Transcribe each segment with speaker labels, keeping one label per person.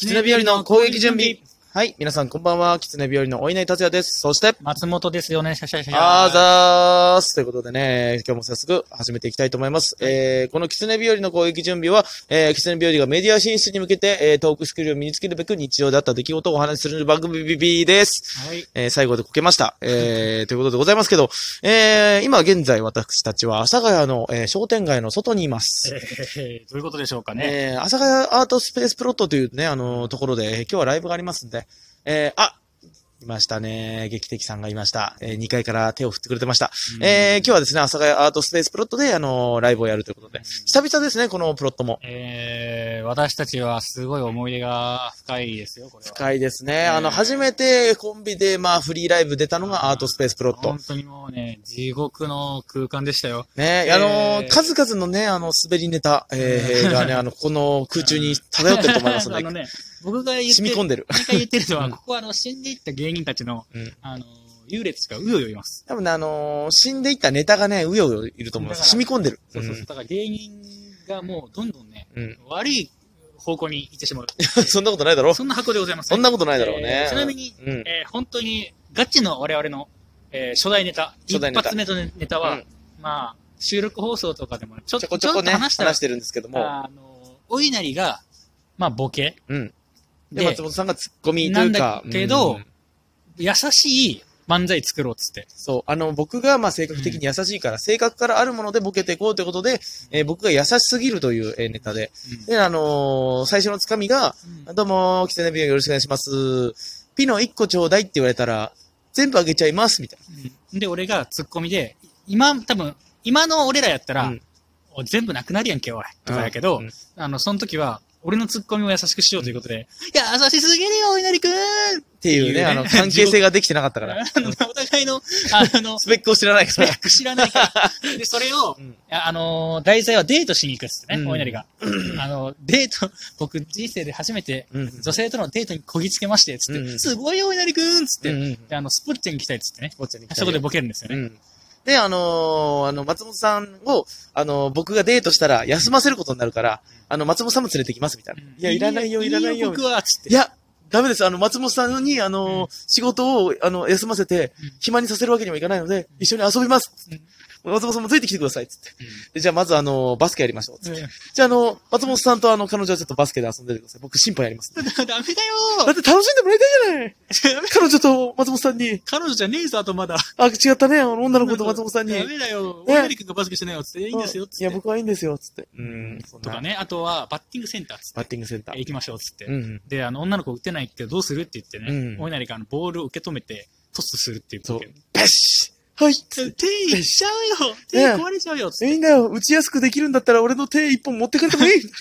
Speaker 1: 狐日和の攻撃準備。はい、皆さんこんばんは。狐日和のお稲荷達也です。そして、
Speaker 2: 松本ですよね、シャシャシャシャ。
Speaker 1: あーざーす。ということでね、今日も早速始めていきたいと思います。えー、この狐日和の攻撃準備は、えー、狐日和がメディア進出に向けて、えー、トークスキルを身につけるべく日常だった出来事をお話しする番組です。
Speaker 2: はい。
Speaker 1: えー、最後でこけました。えー、ということでございますけど、えー、今現在私たちは阿佐ヶ谷の、えー商店街の外にいます。
Speaker 2: えー、どういうことでしょうかね。
Speaker 1: えー、阿佐ヶ谷アートスペースプロットというね、あのーところで、えー今日はライブがありますんで、えー、あいましたね。劇的さんがいました。えー、2階から手を振ってくれてました。えー、今日はですね、阿佐ヶ谷アートスペースプロットで、あのーライブをやるということで。久々ですね、このプロットも。
Speaker 2: えー、私たちはすごい思い出が深いですよ、これは。
Speaker 1: 深いですね。
Speaker 2: えー
Speaker 1: あの、初めてコンビで、まあ、フリーライブ出たのがアートスペースプロット
Speaker 2: 本。当にもうね、地獄の空間でしたよ。
Speaker 1: ね、
Speaker 2: えー
Speaker 1: あのー数々のね、あの、滑りネタ、えー、がね、あの、この空中に漂ってると思いますの
Speaker 2: あ
Speaker 1: で、
Speaker 2: のね、僕が言って、
Speaker 1: 染み込んでる。
Speaker 2: 毎回言ってるの
Speaker 1: う
Speaker 2: は、
Speaker 1: ん
Speaker 2: ここはあの、死んでいった芸人たちの、
Speaker 1: うん
Speaker 2: あの、優劣がうようよいます。
Speaker 1: 多分ね、あのー死んでいったネタがね、うようよいると思います。
Speaker 2: だか
Speaker 1: 染
Speaker 2: ら
Speaker 1: み込んでる。
Speaker 2: そうそうそう。だから芸人がもうどんどんね、
Speaker 1: うんうん
Speaker 2: 悪い方向に行ってしまう。
Speaker 1: そんなことないだろ
Speaker 2: そんな箱でございます。
Speaker 1: そんなことないだろうね
Speaker 2: えーちなみに、
Speaker 1: うん
Speaker 2: えー本当に、ガチの我々の、えー初代ネタ、
Speaker 1: 初代ネタ
Speaker 2: 一発目のネネタは、
Speaker 1: うん
Speaker 2: まあ、収録放送とかでもちょっ
Speaker 1: ち
Speaker 2: と
Speaker 1: ょこち
Speaker 2: ち
Speaker 1: ょ
Speaker 2: ょ
Speaker 1: こ
Speaker 2: っ
Speaker 1: ね、
Speaker 2: と
Speaker 1: 話
Speaker 2: 話
Speaker 1: し
Speaker 2: したら、
Speaker 1: てるんですけども。
Speaker 2: あの、お稲荷が、まあ、ボケ、
Speaker 1: うん。で、
Speaker 2: で
Speaker 1: 松本さんがツッコミというか。
Speaker 2: なんだけど
Speaker 1: うん
Speaker 2: 優しい漫才作ろうっつって。
Speaker 1: そう。あの、僕が、まあ、性格的に優しいから、性格からあるものでボケていこうということで、えー僕が優しすぎるという、えーネタで。で、あのー最初のつかみが、どうも、キツネビューよろしくお願いします。ピノ1個ちょうだいって言われたら、全部あげちゃいます、みたい
Speaker 2: うんで、俺がツッコミで、今、多分、今の俺らやったら、
Speaker 1: うん
Speaker 2: お全部なくなるやんけ、おい。と
Speaker 1: な。
Speaker 2: かやけど、
Speaker 1: うん
Speaker 2: あの、その時は、俺のツッコミを優しくしようということで、いや、優しすぎるよ、お稲荷くん
Speaker 1: っていうね、あの、関係性ができてなかったから。
Speaker 2: あのお互いの、あの、
Speaker 1: スペックを知らない
Speaker 2: ス
Speaker 1: か
Speaker 2: ペ
Speaker 1: ら。
Speaker 2: ック知らな いから。で、それを、
Speaker 1: うん
Speaker 2: ああのー、題材はデートしに行くっつってね、
Speaker 1: うん
Speaker 2: お稲荷が。あの、デート、僕人生で初めて、
Speaker 1: うん
Speaker 2: 女性とのデートにこぎつけまして、つって、
Speaker 1: うん
Speaker 2: すごいよ、お稲荷くんっつって、
Speaker 1: うんうん
Speaker 2: で、あの、スポッチャに行きたいっつってね。
Speaker 1: こっちに来た
Speaker 2: そこでボケるんです
Speaker 1: う
Speaker 2: よね。
Speaker 1: ん。で、あのーあの、松本さんを、あのー僕がデートしたら休ませることになるから、あの、松本さんも連れてきます、みたいな。
Speaker 2: うん
Speaker 1: いや、いらないよ、いらないよ。みた
Speaker 2: 僕
Speaker 1: い
Speaker 2: は、つって。
Speaker 1: ないや、ダメです。あの、松本さんに、あのー
Speaker 2: うん
Speaker 1: 仕事を、あの、休ませて
Speaker 2: うん、
Speaker 1: 暇にさせるわけにもいかないので、一緒に遊びます。つって松本さんもついてきてください、つって。でじゃあ、まず、あのーバスケやりましょう。つって
Speaker 2: うん
Speaker 1: じゃあ、あのー松本さんと、あの、彼女はちょっとバスケで遊んでてください。僕、審判やります。だ
Speaker 2: ダメだ
Speaker 1: って楽しんでもらいたいじゃない
Speaker 2: よ
Speaker 1: 彼女と松本さんに。
Speaker 2: 彼女じゃねえぞ、あとまだ。
Speaker 1: あ、違ったね。あの女の子と松本さんに。
Speaker 2: ダメだよ。
Speaker 1: ね
Speaker 2: お稲荷くんがバスケしてないよ、つって。いいんですよ、つ
Speaker 1: いや、
Speaker 2: って。
Speaker 1: 僕はいいんですよ、つって。うん。そん
Speaker 2: と
Speaker 1: な
Speaker 2: かね、あとは、バッティングセンター、つって。
Speaker 1: バッティングセンター。
Speaker 2: 行きましょう、つって
Speaker 1: う。ん。
Speaker 2: で、あの、女の子打てないけどどうするって言ってね、
Speaker 1: うん
Speaker 2: お稲荷があのボールを受け止めて、トスするっていう
Speaker 1: そう
Speaker 2: ボケ。
Speaker 1: バシッはい
Speaker 2: 手いっちゃうよ 手
Speaker 1: ね
Speaker 2: 壊れちゃうよつって。
Speaker 1: いいんだよ打ちやすくできるんだったら俺の手一本持ってかれても いいいいんで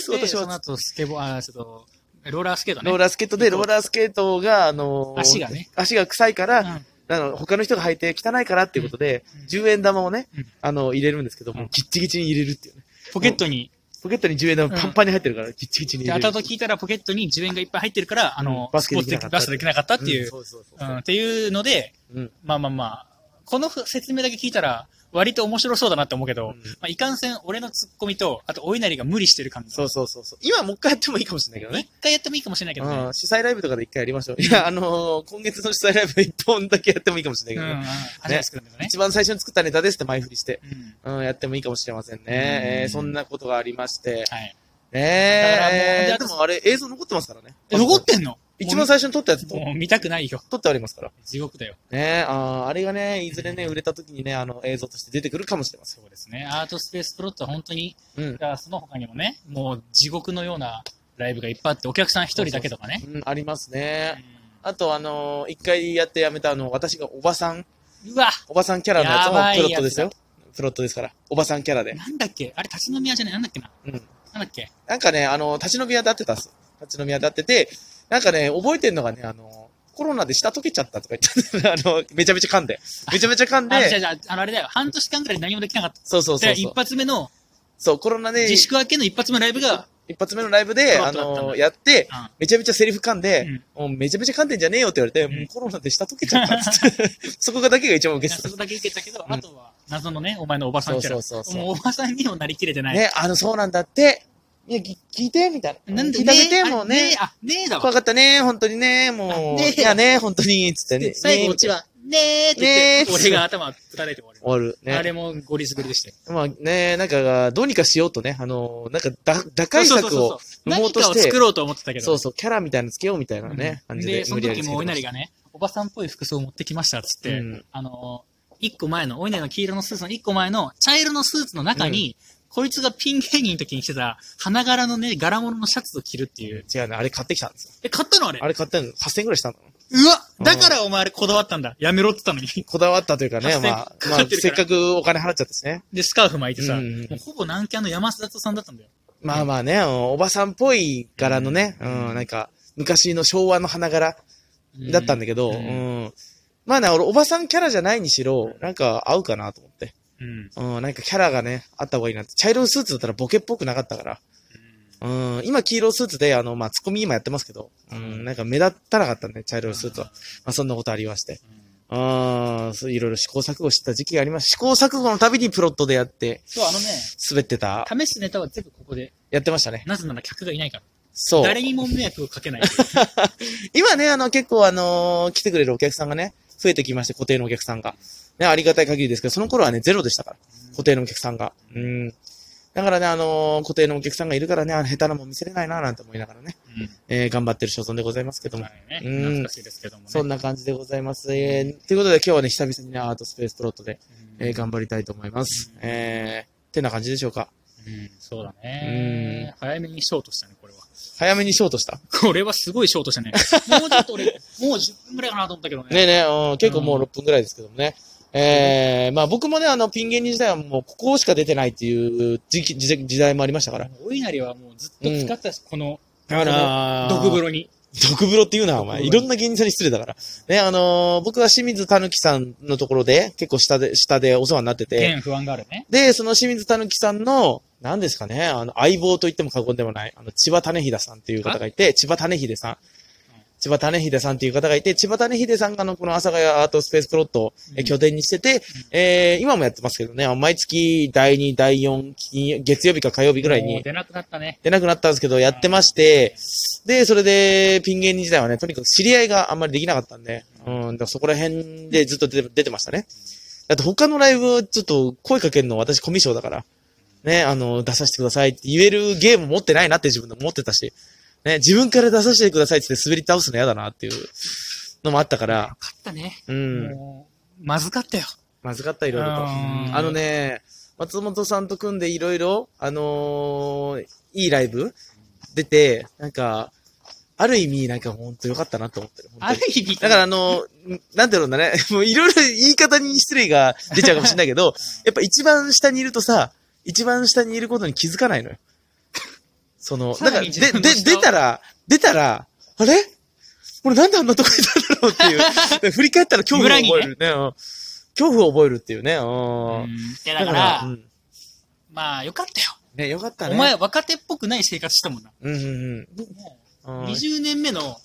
Speaker 1: す、
Speaker 2: で
Speaker 1: 私
Speaker 2: その
Speaker 1: は。
Speaker 2: 後、スケボー、あ、ちょっと、ローラースケートね。
Speaker 1: ローラースケートで、ローラースケートが、あのー
Speaker 2: 足がね。
Speaker 1: 足が臭いから、
Speaker 2: うん
Speaker 1: あの、他の人が履いて汚いからっていうことで
Speaker 2: うん、
Speaker 1: 10円玉をね
Speaker 2: うん、
Speaker 1: あの、入れるんですけども、ギッチギチに入れるっていうね。
Speaker 2: ポケットに、
Speaker 1: ポケットに10円玉パンパンに入ってるから、ギッチギチに
Speaker 2: で、
Speaker 1: 入れる。
Speaker 2: 後々聞いたらポケットに10円がいっぱい入ってるから、あの、
Speaker 1: うんバスケでき
Speaker 2: スポ
Speaker 1: な
Speaker 2: ー
Speaker 1: かった
Speaker 2: ツでバスケできなかったってい
Speaker 1: ん
Speaker 2: う、
Speaker 1: そうそうそう
Speaker 2: う
Speaker 1: そ
Speaker 2: ん、
Speaker 1: う
Speaker 2: っていうので、
Speaker 1: うん。
Speaker 2: まあまあまあ、この説明だけ聞いたら、割と面白そうだなって思うけど、
Speaker 1: うん
Speaker 2: まあ、いかんせん俺のツッコミと、あとお稲荷が無理してる感じ。
Speaker 1: そうそうそうそう。今もう一回やってもいいかもしれないけどね。
Speaker 2: 一回やってもいいかもしれないけどね。
Speaker 1: うん、主催ライブとかで一回やりましょう。いや、あのー今月の主催ライブ一本だけやってもいいかもしれ
Speaker 2: う
Speaker 1: ないけ
Speaker 2: ん、
Speaker 1: ど、ね
Speaker 2: うん初めて作るんだけどね。
Speaker 1: 一番最初に作ったネタですって前振りして、
Speaker 2: うん
Speaker 1: うん、やってもいいかもしれませんね。
Speaker 2: ん
Speaker 1: えーそんなことがありまして。
Speaker 2: はい。だからもう
Speaker 1: ね
Speaker 2: じゃ
Speaker 1: え
Speaker 2: あ
Speaker 1: でもあれ映像残ってますからね。
Speaker 2: え残ってんの
Speaker 1: 一番最初に撮ったやつと
Speaker 2: もう見たくないよ。
Speaker 1: 撮ってありますから。
Speaker 2: 地獄だよ。
Speaker 1: ねえ、あーあれがね、いずれね、売れた時にね、あの、映像として出てくるかもしれません。
Speaker 2: そうですね。アートスペースプロットは本当に、
Speaker 1: うん
Speaker 2: だからその他にもね、もう地獄のようなライブがいっぱいあって、お客さん一人だけとかね。
Speaker 1: うん、ありますね。
Speaker 2: う
Speaker 1: あと、あのー一回やってやめた、あの、私がおばさん、
Speaker 2: んうわ
Speaker 1: おばさんキャラの
Speaker 2: やば
Speaker 1: や
Speaker 2: い
Speaker 1: つもプロットで
Speaker 2: やつだ
Speaker 1: すよ。プロットですから。おばさんキャラで。
Speaker 2: なんだっけあれ、立ち飲み屋じゃないなんだっけな
Speaker 1: うん。
Speaker 2: なんだっけ
Speaker 1: なんかね、あの、立ち飲み屋で会ってたっす。立ち飲み屋で会ってて、なんかね、覚えてんのがね、あの、コロナで舌溶けちゃったとか言ったんだ よねあの、めちゃめちゃ噛んで。めちゃめちゃ噛ん
Speaker 2: あ、じゃ
Speaker 1: で、
Speaker 2: じゃあの、あれだよ。半年間ぐらい何もできなかった。
Speaker 1: そうそうそう
Speaker 2: で、
Speaker 1: そ
Speaker 2: 一
Speaker 1: う。
Speaker 2: 発目の、
Speaker 1: そう、コロナで、
Speaker 2: 自粛明けの一発目のライブが、
Speaker 1: 一発目のライブで、
Speaker 2: コロ
Speaker 1: あ
Speaker 2: ナだったんだ
Speaker 1: の、やって、
Speaker 2: うん
Speaker 1: めちゃめちゃセリフ噛んで、
Speaker 2: うん
Speaker 1: もうめちゃめちゃ噛んでんじゃねえよって言われて、
Speaker 2: ん
Speaker 1: もうコロナで舌溶けちゃったっつって、 そこがだけが一番受けて
Speaker 2: そ
Speaker 1: た。
Speaker 2: こだけ受けたけど、
Speaker 1: うん
Speaker 2: あとは謎のね、お前のおばさんキャラ。
Speaker 1: そうそうそうそう
Speaker 2: もうおばさんにもなりきれてない。
Speaker 1: ね、あの、そうなんだって、いや、ぎ聞いて、みたいな。
Speaker 2: なんで
Speaker 1: 聞いてあげて、
Speaker 2: え
Speaker 1: もう
Speaker 2: あ
Speaker 1: ね
Speaker 2: え。あ、ねえだ
Speaker 1: 怖
Speaker 2: わ。
Speaker 1: かったね、本当にね、もう。
Speaker 2: あねえ
Speaker 1: いやね、本当に、つってね。
Speaker 2: で 最後、
Speaker 1: ね
Speaker 2: オチは、ねえって言っ
Speaker 1: ね
Speaker 2: て、
Speaker 1: え
Speaker 2: 俺が頭叩いて終わる。
Speaker 1: 終わる。ね。
Speaker 2: あれもゴリスグリでしたよ。
Speaker 1: まあね、なんか、どうにかしようとね、あの、なんかだ、打開策
Speaker 2: そうそうそう
Speaker 1: を、
Speaker 2: そう
Speaker 1: 生もうとし
Speaker 2: 何かを
Speaker 1: て
Speaker 2: 作ろうと思ってたけど。
Speaker 1: そうそう、キャラみたいなのつけようみたいなね、
Speaker 2: うん
Speaker 1: 感じで
Speaker 2: で、その
Speaker 1: 無理やり
Speaker 2: 時
Speaker 1: つけて
Speaker 2: も
Speaker 1: ま
Speaker 2: お稲
Speaker 1: し
Speaker 2: 荷がね、おばさんっぽい服装を持ってきましたっつって、
Speaker 1: うん
Speaker 2: あのー、一個前の、お稲荷の黄色のスーツの一個前の茶色のスーツの中に、こいつがピン芸人の時に着てた、花柄のね、柄物のシャツを着るっていう。
Speaker 1: た。違うね、あれ買ってきたんですよ。
Speaker 2: え、買ったのあれ
Speaker 1: あれ買ったの8000円くらいしたの。
Speaker 2: うわだからお前あれこだわったんだ。やめろって言ったのに。
Speaker 1: こだわったというかね、
Speaker 2: 8000
Speaker 1: まあ
Speaker 2: か、
Speaker 1: ま
Speaker 2: か
Speaker 1: あ
Speaker 2: っ、てるか
Speaker 1: せっ
Speaker 2: ら
Speaker 1: かくお金払っちゃったしね。
Speaker 2: で、スカーフ巻いてさ、
Speaker 1: うんうんうん
Speaker 2: もうほぼ南キャンの山里さんだったんだよ。
Speaker 1: まあまあね、あのおばさんっぽい柄のね、うん、なんか、昔の昭和の花柄だったんだけど、
Speaker 2: う
Speaker 1: うんん。まあね、俺、おばさんキャラじゃないにしろ、なんか合うかなと思って。
Speaker 2: うん。
Speaker 1: うん、なんかキャラがね、あった方がいいなって。茶色いスーツだったらボケっぽくなかったから。うん、今黄色スーツで、あの、まあ、ツッコミ今やってますけど、うん、なんか目立たなかったね、茶色いスーツは。まあ、そんなことありまして。ああ、そういろいろ試行錯誤してた時期があります。試行錯誤のたびにプロットでやって、
Speaker 2: そう、あのね、
Speaker 1: 滑ってた、
Speaker 2: 試すネタは全部ここで。
Speaker 1: やってましたね。
Speaker 2: なぜなら客がいないから。
Speaker 1: そう。
Speaker 2: 誰にも迷惑をかけない。
Speaker 1: 今ね、あの、結構あのー来てくれるお客さんがね、増えてきまして、固定のお客さんが。ね、ありがたい限りですけど、その頃はね、ゼロでしたから。固定のお客さんが。うん。だからね、あのー固定のお客さんがいるからね、あの下手なもん見せれないな、なんて思いながらね、
Speaker 2: うん
Speaker 1: えー頑張ってる所存でございますけども。
Speaker 2: はいね、
Speaker 1: うん
Speaker 2: 懐かしいですけどもね。
Speaker 1: そんな感じでございます。えー、ということで今日はね、久々にねアートスペースプロットで、えー、頑張りたいと思います。えー、てな感じでしょうか。
Speaker 2: うん、そうだね。早めにショートしたね、これは。
Speaker 1: 早めにショートした。
Speaker 2: これはすごいショートしたね。もうちょっと俺、 もう10分ぐらいかなと思ったけどね。
Speaker 1: ねえねえ、うん、結構もう6分ぐらいですけどもね。えー、まあ僕もね、あの、ピン芸人時代はもうここしか出てないっていう時期時時代もありましたから。
Speaker 2: お稲荷はもうずっと使ってたし、この、
Speaker 1: あら
Speaker 2: 毒風呂に。
Speaker 1: 毒風呂って言うな、お前。
Speaker 2: 毒
Speaker 1: い
Speaker 2: 風呂
Speaker 1: ろんな芸人さんに失礼だから。ね、あのー僕は清水たぬきさんのところで、結構下で、下でお世話になってて。
Speaker 2: 現不安があるね。
Speaker 1: で、その清水たぬきさんの、何ですかね、あの、相棒と言っても過言でもない、あの、千葉種秀さんっていう方がいて、千葉種秀さん。千葉種秀さんっていう方がいて、千葉種秀さんがあの、この阿佐ヶ谷アートスペースプロットをえ
Speaker 2: うん
Speaker 1: 拠点にしてて、えー、今もやってますけどね、あの毎月第2、第4、金曜月曜日か火曜日ぐらい
Speaker 2: もう
Speaker 1: に
Speaker 2: 出なくなったね。
Speaker 1: 出なくなったんですけど、やってまして、で、それで、ピン芸人時代はね、とにかく知り合いがあんまりできなかったんで、うん、だからそこら辺でずっと出て出てましたね。だって他のライブ、ちょっと声かけるの私コミュ障だから、ね、あの、出させてくださいって言えるゲーム持ってないなって自分でも思ってたし、ね、自分から出させてくださいって言って滑り倒すの嫌だなっていうのもあったから
Speaker 2: よ、かったね。
Speaker 1: うん、
Speaker 2: もう、まずかったよ。
Speaker 1: まずかった、いろいろと。
Speaker 2: うん
Speaker 1: あの、ね、松本さんと組んでいろいろ、あのーいいライブ出て、なんか、ある意味、なんか本当良かったなと思ってる。本
Speaker 2: あ
Speaker 1: 当
Speaker 2: る
Speaker 1: に
Speaker 2: 意味、
Speaker 1: だからあのー、なんていうんだろうね、 もういろいろ言い方に失礼が出ちゃうかもしれない けど、やっぱ一番下にいるとさ、一番下にいることに気づかないのよ。その、
Speaker 2: さ
Speaker 1: だからら、
Speaker 2: に
Speaker 1: で、
Speaker 2: 自分
Speaker 1: で
Speaker 2: の下を、
Speaker 1: 出たら、出たら、あれ俺なんであんなとこいたんだろうっていう。 で振り返ったら恐怖を覚えるね。うん恐怖を覚えるっていうね。うん
Speaker 2: うんいやだから
Speaker 1: う、ん
Speaker 2: まあ、よかったよ。
Speaker 1: ね、よかったね。
Speaker 2: お前、若手っぽくない生活したもんな。
Speaker 1: うんうん
Speaker 2: も
Speaker 1: う。
Speaker 2: うん
Speaker 1: うん
Speaker 2: 20年目の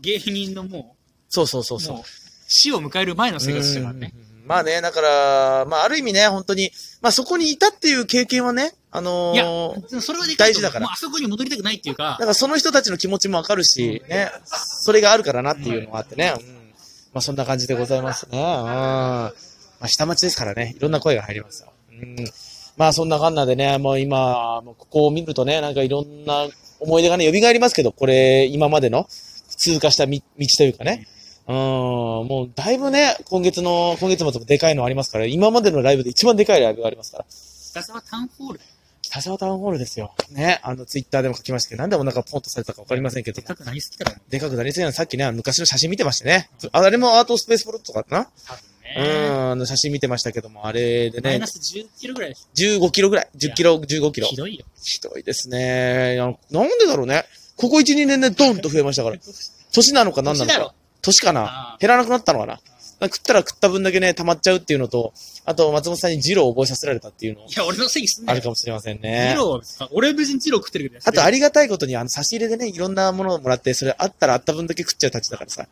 Speaker 2: 芸人のも
Speaker 1: そうそうそう
Speaker 2: う、
Speaker 1: そう
Speaker 2: もう、死を迎える前の生活してるからね。
Speaker 1: うんまあね、だから、まあある意味ね、本当に、まあそこにいたっていう経験はね、あの
Speaker 2: いや
Speaker 1: ー、、
Speaker 2: それはでかい
Speaker 1: 大事だから
Speaker 2: もうあそこに戻りたくないっていうか
Speaker 1: だか、らその人たちの気持ちもわかるし、ね、それがあるからなっていうのがあってね、うんまあそんな感じでございますね。うんまあ下町ですからね、いろんな声が入りますよ。うんまあそんなかんなでね、もう今、もうここを見るとね、なんかいろんな思い出がね、蘇りますけど、これ、今までの通過したみ道というかね。うん、もうだいぶね、今月の、今月末もでかいのありますから、今までのライブで一番でかいライブがありますから。
Speaker 2: ひたすらタウンホール。
Speaker 1: 北沢タウンホールですよ。ね、あの、ツイッターでも書きましたけど、なんでお腹ポンとされたかわかりませんけど
Speaker 2: で。かくなりすぎたからね。
Speaker 1: でかくなりすぎなのさっきね、あの昔の写真見てましたね。ああれもアートスペースプロットかな、
Speaker 2: 多分
Speaker 1: う
Speaker 2: ね。
Speaker 1: ん、あの写真見てましたけども、あれで
Speaker 2: マイ
Speaker 1: ね
Speaker 2: ナ、ス10キロぐらい。
Speaker 1: 15キロぐらい。10キロ、15キロ。
Speaker 2: ひどいよ。
Speaker 1: ひどいですね。いやなんでだろうね。ここ1、2年でドンと増えました から。年なのか何なの
Speaker 2: 年だろ
Speaker 1: か。年か
Speaker 2: あ
Speaker 1: な
Speaker 2: ー
Speaker 1: 減らなくなったのかななんか食ったら食った分だけね、溜まっちゃうっていうのと、あと松本さんにジローを覚えさせられたっていうの
Speaker 2: いや、俺のせいにすんな
Speaker 1: ある
Speaker 2: よ。
Speaker 1: かもしれません
Speaker 2: ジ
Speaker 1: ね。
Speaker 2: ローは別に、俺別にジロー食ってるけど。
Speaker 1: あとありがたいことに、あの、差し入れでね、いろんなものをもらって、それあったらあった分だけ食っちゃうたちだからさ。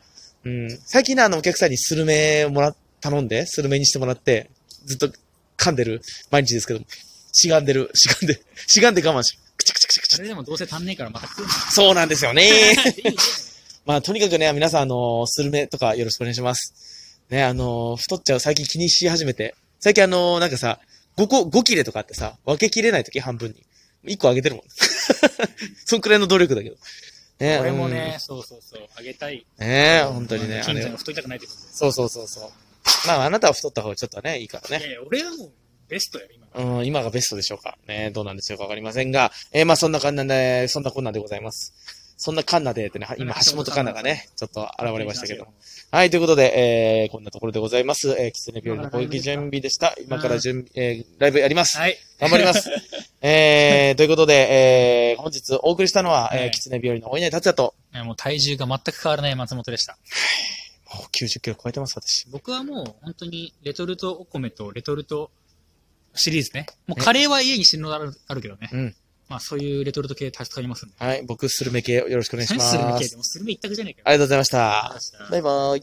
Speaker 1: うん。最近ね、あの、お客さんにスルメもら、頼んで、スルメにしてもらって、ずっと噛んでる、毎日ですけども、しがんでる、しがんで、しがんで我慢し、くちゃくちゃくちゃくちゃ
Speaker 2: それでもどうせ足んねえからまた来る。
Speaker 1: そうなんですよ ね。
Speaker 2: いいね
Speaker 1: まあ、とにかくね、皆さん、あのースルメとかよろしくお願いします。ね、あのー太っちゃう、最近気にし始めて。最近あのーなんかさ、5個、5切れとかあってさ、分けきれないとき半分に。1個あげてるもん。 そんくらいの努力だけど。ね、
Speaker 2: 俺もね、そうそうそう、あげたい。
Speaker 1: うん。ね本当にね、あ
Speaker 2: 金ちゃ
Speaker 1: れ
Speaker 2: んが。太りたくないってこと
Speaker 1: そうそうそうそう。まあ、あなたは太った方がちょっとね、いいから
Speaker 2: で。
Speaker 1: ね。
Speaker 2: いやいや、俺はもうベストや、今。
Speaker 1: うん、今がベストでしょうか。ね、どうなんでしょうかわかりませんが。えーまあ、そんなかんなで、そんなこんなでございます。そんなカンナでってね、今、橋本カンナがね、ちょっと現れましたけど。。はい、ということで、えー、こんなところでございます。えー、キツネ日和の攻撃準備でした。今から準備、えー、ライブやります。
Speaker 2: はい。
Speaker 1: 頑張り ます。えー、ということで、えー、本日お送りしたのは、え
Speaker 2: は
Speaker 1: ー、
Speaker 2: い
Speaker 1: キツネ日和のお稲荷達也と、
Speaker 2: いやもう体重が全く変わらない松本でした。
Speaker 1: もう90キロ超えてます、私。
Speaker 2: 僕はもう本当にレトルトお米とレトルトシリーズね。もうカレーは家に死ぬのあるあるけどね。
Speaker 1: うん。
Speaker 2: まあそういうレトルト系助かりますんで。
Speaker 1: はい、僕、スルメ系よろしくお願いします。
Speaker 2: 何する
Speaker 1: あ
Speaker 2: め系
Speaker 1: り
Speaker 2: でもスルメ一択じゃねえかよ。
Speaker 1: がとうございました。
Speaker 2: ありがとうございました
Speaker 1: バイバーイ。